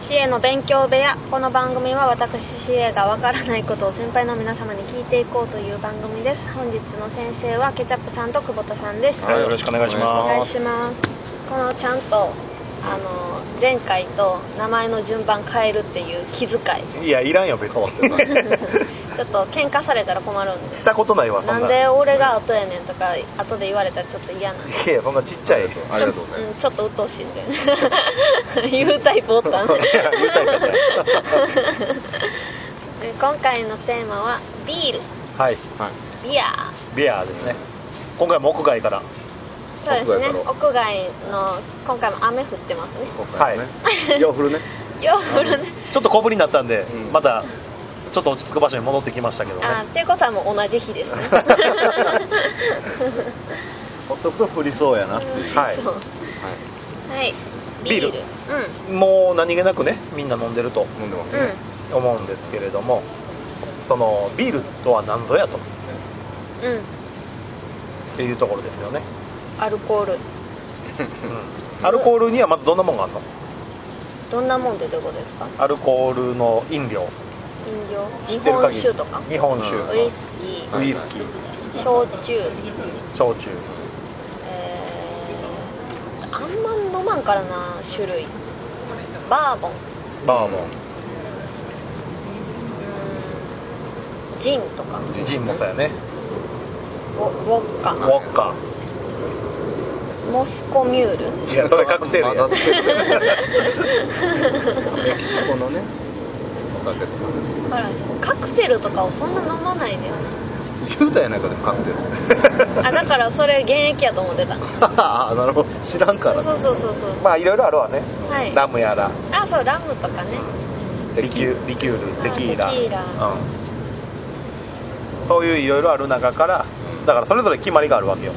シエの勉強部屋この番組は私シエがわからないことを先輩の皆様に聞いていこうという番組です本日の先生はケチャップさんと久保田さんです、はい、よろしくお願いしお願まいしす。ますこのちゃんとあの前回と名前の順番変えるっていう気 遣いいや、いらんよ、別に。ちょっと喧嘩されたら困るんでしすたことないわ、そんなな。んで俺が後やねんとか後で言われたらちょっと嫌なんでいや、そんなちっちゃい。ありがとうございます。ちょっとうんちょっと鬱陶しいんで 言うタイプおったねいや言うタイプやねえ 今回のテーマはビールはい、はい。ビアービアですね。今回も屋外から。そうですね屋外から屋外の今回も雨降ってますね今回はね。洋風ね。よ 降るねちょっと小ぶりになったんで、うんまた、ちょっと落ち着く場所に戻ってきましたけどあねー。っていうことはもう同じ日 ですねほっとくと降りそうやなっていう。はいそうはいビールうもう何気なくね、みんな飲んでると飲んでますんうんね。思うんですけれども、その、ビールとは何ぞやとうんっていうところですよね。アルコールうん。アルコールにはまずどんなもんがあるのどんなもんでどういうことですかアルコールの飲料。飲料知日ってる限本り酒とか日本酒。うんウイスキはウいイスキー、ー焼酎焼酎。えー、あんま飲まんからな種類バーボンうバーボーんジンとかン、ジンもそうやね、ウォウォッウカォッカ、モスコミュールいや、それカクテルや、混 ざってるメキシコのね。お酒とかね。ほらカクテルとかをそんな飲まないんだよね10代なんかでも買ってる。あだからそれ現役やと思ってた ああ、なるほど。知らんからそね。うそうそうそうまあ、いろいろあるわね、はいラムやら、あそうラムとかねリキュリキュール、あテキーラ、テキーラうん、そういういろいろある中から、だからそれぞれ決まりがあるわけよ、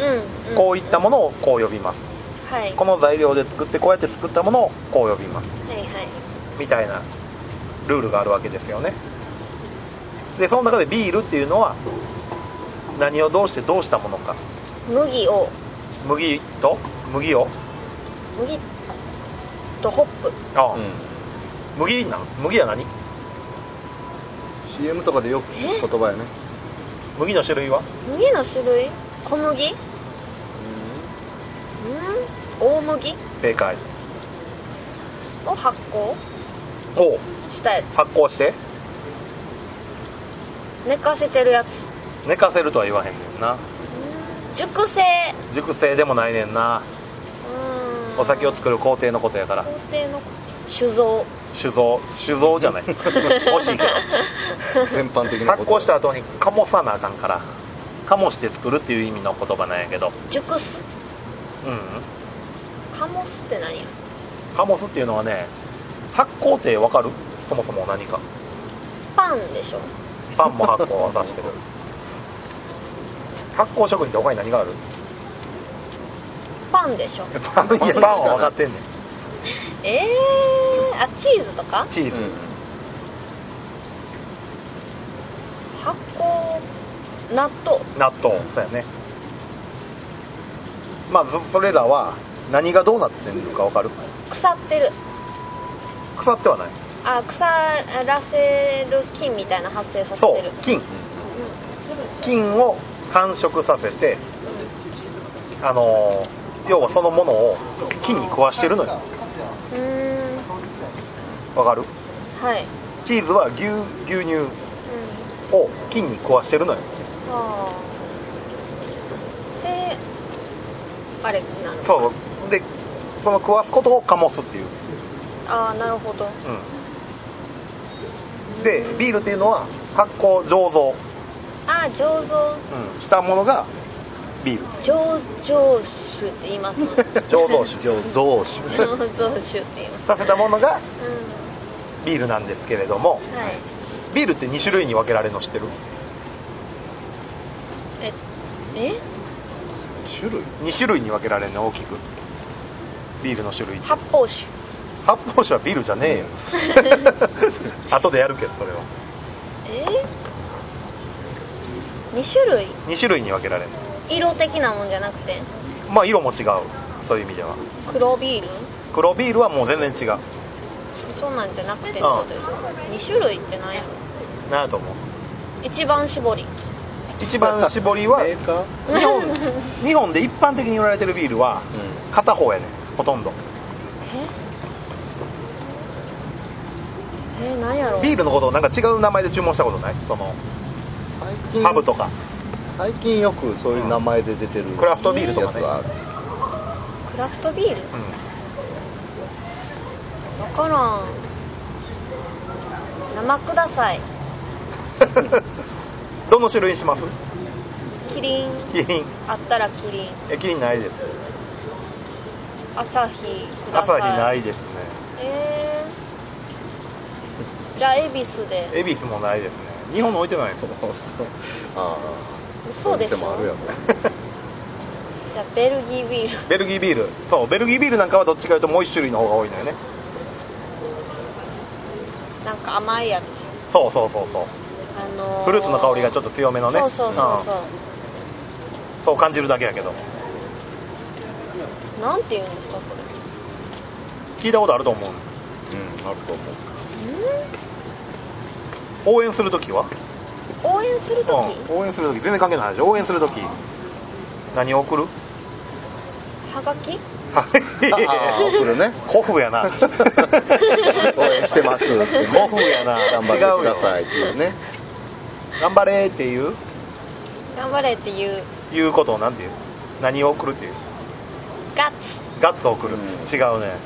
うん、うん、こういったものをこう呼びます、はいこの材料で作って、こうやって作ったものをこう呼びますはいはいみたいなルールがあるわけですよね。で、その中でビールっていうのは、何をどうしてどうしたものか、麦を麦と麦を麦とホップああ、うん。麦なん麦は何 CM とかでよく聞く言葉やね。麦の種類は麦の種類小麦うん大麦正解を発酵をしたやつ発酵して寝かせてるやつ寝かせるとは言わへんねんな熟成熟成でもないねんなうんお酒を作る工程のことやから工程の酒造酒造酒造じゃ ない惜しいけ 全般的どな発こと。酵した後にかもさなあかんからかもして作るっていう意味の言葉なんやけど熟すうんカモスって何やかもすっていうのはね発酵ってわかるそもそも何かパンでしょパンも発酵は 出してる発酵食品って他に何があるパンでしょパンいやパンは分かってんねんえー、あチーズとかチーズ、う発酵納豆納豆そうやねまあそそれらは何がどうなってるか分かる腐ってる腐ってはないあ腐らせる菌みたいな発生させそてうる菌菌を繁殖させてあのー要はそのものを菌に食わしてるのようんうーん分かるはい、チーズは牛牛乳うん、を菌に食わしてるのよあーであれになるそうでその食わすことをカモスっていう、ああなるほどうん、でビールっていうのは発酵醸造、ああ醸造うんしたものがビール醸造酒って言いますね醸造醸酒造酒ね。醸造酒って言いますさせたものうがビールなんですけれどもんはいビールって2種類に分けられるの知ってるええ種類2種類に分けられるの大きくビールの種類って発泡 酒発泡酒はビールじゃ ねえよ後でやるけどそれはえ2種類2種類に分けられる色的なもんじゃなくてまあ色も違うそういう意味では黒ビール黒ビールはもう全然違うそんなんじゃなくてってことでしょ2種類って何やろなんやと思う一番搾り一番搾り はメーカー日本日本で一般的に売られてるビールは片方やねんほとんどええ何やろビールのことをなんか違う名前で注文したことないその最近ハブとか最近よくそういう名前で出てるクラフトビールとやかつねはあるクラフトビールう分からん生ください んどの種類にしますキリンキリンあったらキリンえキリンないです朝日くださ朝いにないですねえー、じゃあ恵比寿で恵比寿もないですね日本の置いてないですああ嘘でしょお店もあるやろじゃあベルギービール ベルギービールそうベルギービールなんかはどっちかというともう一種類の方が多いのよねなんか甘いやつそうそうそうそうあのーフルーツの香りがちょっと強めのねそうそうそうそう、そう感じるだけやけどなんて言うんですかこれ聞いたことあると思ううんあると思う応援するときはん応援するとき、うん応援するとき全然関係ない話応援するとき何 送るはがきああ送るね古風や な応援してますってね古風やな頑張ってくださいっていうね頑張れっていう頑張れっていういうことをなんていう何を送るっていうガッツガッツを送る、うん違うね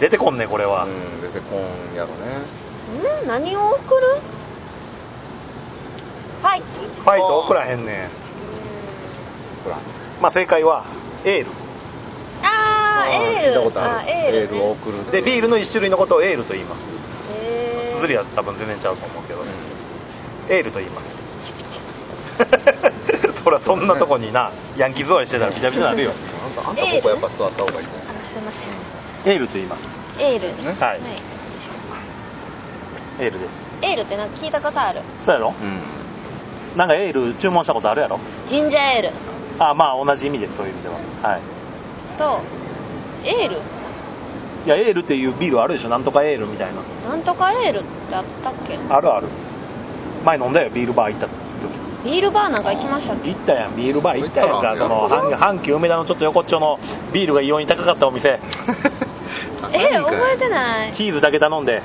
出てこんねこれは、うん出てこんやろねん何を送るファイトファイト送らへんねほらんまあ正解はエールあーエール聞いたことあるエール,、ね、エールを送るでビールの一種類のことをエールと言いますへー綴りは多分全然ちゃうと思うけど、うエールと言います そりゃそんなとこになヤンキー座りしてたらビチャビチャなるよんあんたあんたここやっぱ座った方がいいねあすいませんエールと言いますエールねはいエールですエールってなんか聞いたことあるそうやろうんなんかエール注文したことあるやろジンジャーエールあまあ同じ意味ですそういう意味でははいとエールいやエールっていうビールあるでしょなんとかエールみたいななんとかエールってあったっけあるある前飲んだよビールバー行った時ビールバーなんか行きましたっけ行ったやんビールバー行ったやん行かったそなの阪阪急梅田のちょっと横っちょのビールが異様に高かったお店え覚えてないちチーズだけ頼ん で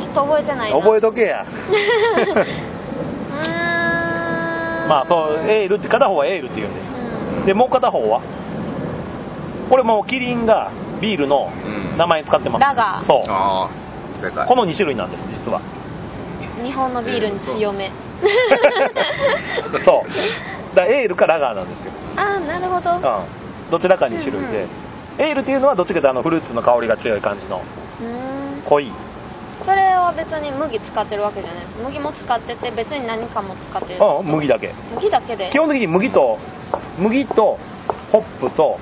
ょっと覚えてないな覚えとけや ままあそうエールって片方はエールって言うんですでもう片方はこれもうキリンがビールのうん名前に使ってますラガーそうああ正解この2種類なんです実は 日本のビールに強 めそうだからエールかラガーなんですよ、あーなるほどうん、どちらか2種類で、エールっていうのはどっちかというとあのフルーツの香りが強い感じのうーん濃いそれは別に麦使ってるわけじゃない麦も使ってて別に何かも使ってるうん麦だけ麦だけで基本的に麦と麦とホップと、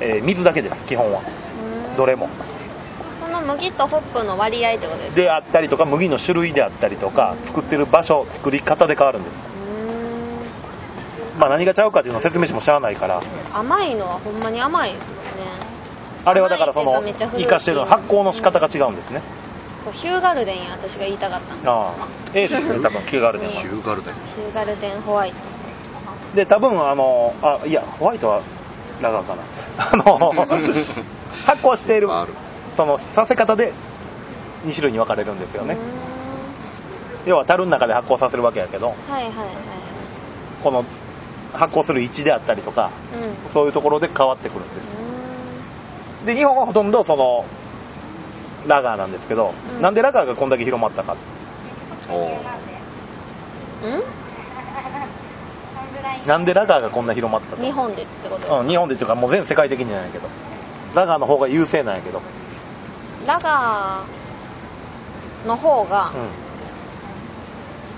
えー水だけです基本はうーんどれもその麦とホップの割合ってことですかであったりとか麦の種類であったりとか作ってる場所作り方で変わるんですう、ーまあ、何がちゃうかっていうのを説明してもしゃあないからん甘いのはほんまに甘いですねあれはだからその甘いっていうかめっちゃフルーティー生かしてるの発酵の仕方が違うんですねそうヒューガルデンや私が言いたかったのああエールですね多分気があるねシューガルデンヒューガルデンホワイトで多分あのあいやホワイトはラガーかなあ の発酵しているあるそのさせ方で2種類に分かれるんですよねうー要は樽の中で発酵させるわけやけどんはいはいはこの発酵する位置であったりとかいうんうそういうところで変わってくるんですーで日本はほとんどそのラガーなんですけど、うんなんでラガーがこんだけ広まったかおーんなんでラガーがこんな広まったん日本でってことですか、うん、日本でっていうかもう全世界的にじゃないけどラガーの方が優勢なんやけど、ラガーの方が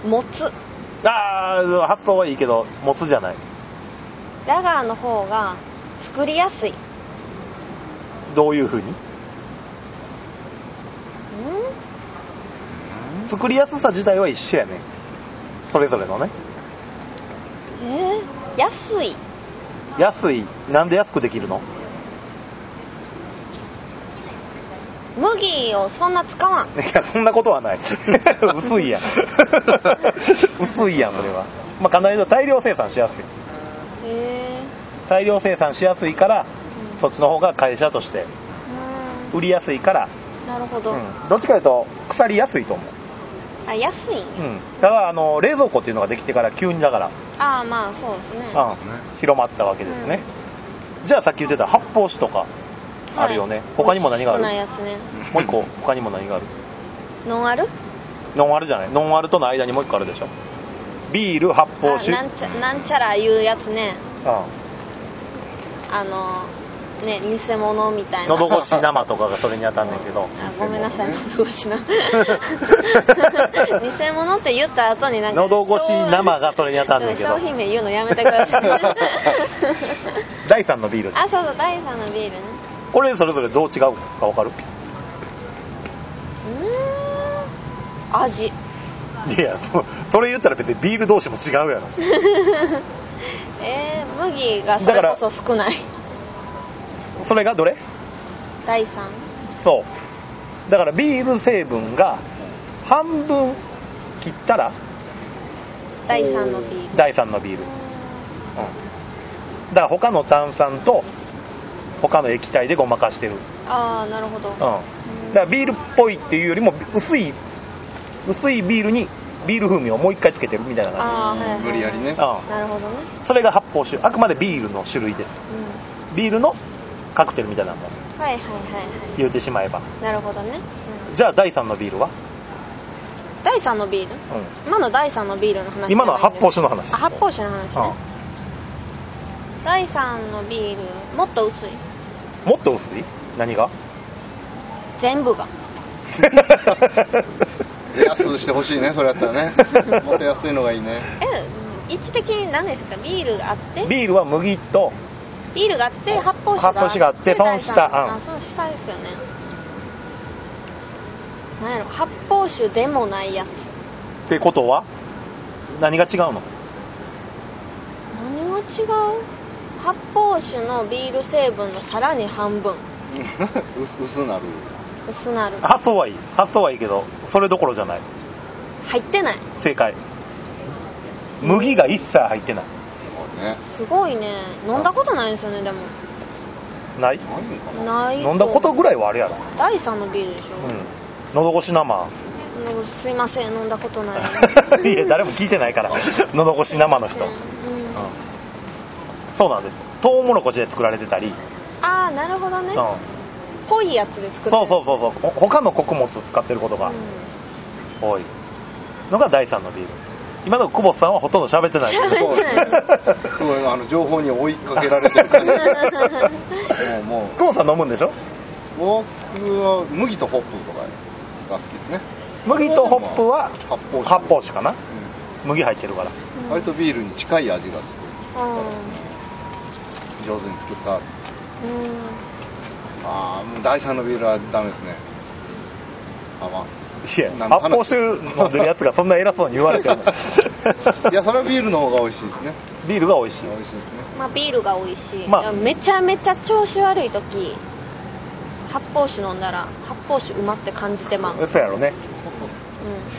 う持つん、ああ発想はいいけど持つじゃないラガーの方が作りやすいんどういうふうに作りやすさ自体は一緒やねそれぞれのねえー、安い安いなんで安くできるの麦をそんな使わんいやそんなことは ない薄いやん 薄いやんそれはまあ必ず大量生産しやすいへえ大量生産しやすいからうんそっちの方が会社としてう売りやすいから、んなるほうど、ん、どっちかというと腐りやすいと思う、あ安いんやうん、だからあの冷蔵庫っていうのができてから急にだから、ああまあそうですねうん広まったわけですね、じゃあさっき言ってた発泡酒とかあるよね、他にも何がある少ないやつねもう一個 他にも何があるノンアルノンアルじゃないノンアルとの間にもう一個あるでしょビール発泡酒あなんちゃなんちゃらいうやつねうあのね偽物みたいんな喉越し生とかがそれに当たんねんけどあごめんなさいね喉越し な偽物って言った後になんか喉越し生がそれに当たんねんけど商品名言うのやめてください 第3のビールあそうそう第3のビールねこれそれぞれどう違うか分かるうーん味 いやそそれ言ったら別にビール同士も違うやろえー、麦がそれこそ少ないそれがどれ第3そうだからビール成分が半分切ったら第3のビール第3のビール、うん、だから他の炭酸と他の液体でごまかしてる、うん、ああなるほど、だからビールっぽいっていうよりも薄い薄いビールにビール風味をもう一回つけてるみたいな感ああはいはいはい無理やりねじ、うん、なるほどね、それが発泡酒あくまでビールの種類ですうビールのカクテルみたいなもんん、はいはいはいは言うてしまえばいなるほどね、じゃあ第3のビールは、うん、第3のビールう今の第3のビールの話じゃないんです今のは発泡酒の話あ発泡酒の話ね、第3のビールもっと薄いん、もっと薄い何が全部が安 くしてほしいねそれやったらねもっと安いのがいいねえ位置的に何でしたっけビールがあってビビールは麦とールがあって発泡酒があって発泡酒があって損した第三うんあ損したですよね何やろ発泡酒でもないやつってことは何が違うの何が違う発泡酒のビール成分のさらに半分薄薄なる薄なる発想はいい発想はいいけどそれどころじゃない入ってない正解麦が一切入ってないそうねすごいね飲んだことないんですよねでもないないのかなない飲んだことぐらいはあるやろ、第3のビールでしうん、喉越し生ょ、うんすいません飲んだことない いや誰も聞いてないから喉越し生の人、ううんん、そうなんですトウモロコシで作られてたり、ああなるほどうねん、濃いやつで作ってそうそうそうそうほ他の穀物を使ってることがん多いのが第3のビール今の久保田さんはほとんど喋ってない喋そうってない すごいあの情報に追いかけられて る 感じもうも久保田さん飲むんでしょう僕は麦とホップとかが好きですね麦とホップは発泡酒発泡酒かな麦入ってるからうん割とビールに近い味がすうる上手に作ったんうんああもう第3のビールはダメですねあまいやなん発泡酒飲んでるやつがそんな偉そうに言われてもあ いやそれはビールの方が美味しいですね ビールが美味しい美味しい ですねまあビールが美味しい,、まあいやめちゃめちゃ調子悪い時発泡酒飲んだら発泡酒うまって感じてまう、うん、そうやろね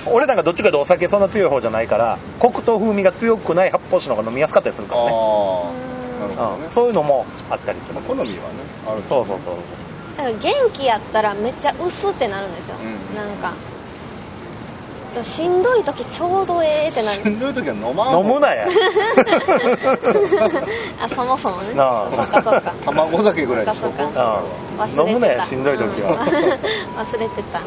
俺なんかどっちかというとお酒そんな強い方じゃないからコクと風味が強くない発泡酒の方が飲みやすかったりするからうあね、んあなるほどうねん、そういうのもあったりするまあ好みはねあるでしそょうそうそうなんか元気やったらめっちゃ薄ってなるんですよ、うんなんかでもしんどい時ちょうどええってなしるんどい時は飲まん飲むな や あそもそもねなあそっかそっか卵酒ぐらいにしとこそうっか忘れてたうん飲むなやしんどい時は、 うん 忘れてた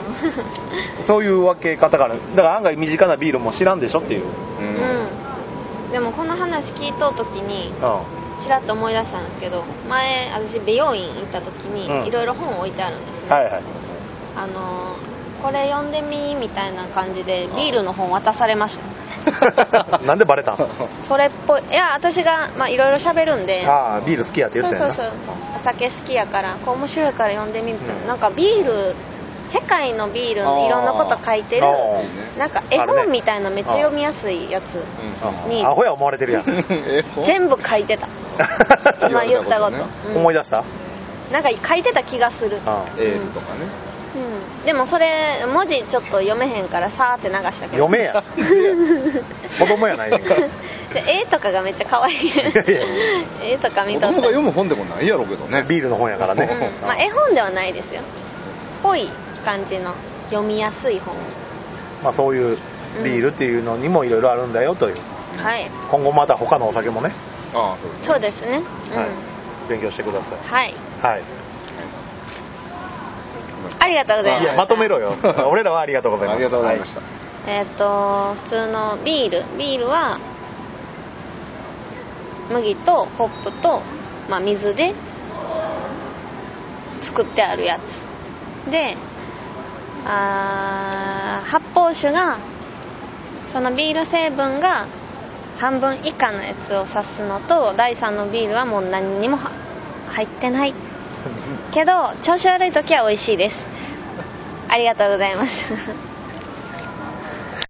そういう分け方からだから案外身近なビールも知らんでしょっていう、うん、 ううんんでもこの話聞いとう時にあちらっと思い出したんですけど前私美容院行った時うんにいろいろ本置いてあるんですね、はいはいあのーこれ読んでみみたいな感じでビールの本渡されましたなんでバ レたんそれっぽいいや私がまあいろいろ喋るんでああビール好きやってそ言っうたそやうなそうお酒好きやからこう面白いから読んでみると、うんなんかビール世界のビールのいろんなこと書いてるあーなんか絵あるね本みたいなめっちゃ読みやすいやつにアホや思われてるやん えほ全部書いてた 今言ったこと言われたこうん 思い出した、なんか書いてた気がするああエールとかねうん、でもそれ文字ちょっと読めへんからさーって流したけど読 めや子供やないねんからで絵とかがめっちゃ可愛いやいや絵とか見子とった供が読む本でもないやろうけどねビールの本やからね、うんまあ、絵本ではないですよぽい感じの読みやすい本、まあ、そういうビールっていうのにもいろいろあるんだよといううんはい今後また他のお酒もね、ああそうですそうですねうんはい勉強してくださいはい、はいありがとうございいまやすまとめ ろよ俺らはありがとうございまあしりたがとうございました、えーっ、と普通のビールビールは麦とホップと、まあ、水で作ってあるやつであー発泡酒がそのビール成分が半分以下のやつを指すのと第3のビールはもう何にもは入ってないけど調子悪い時は美味しいですありがとうございます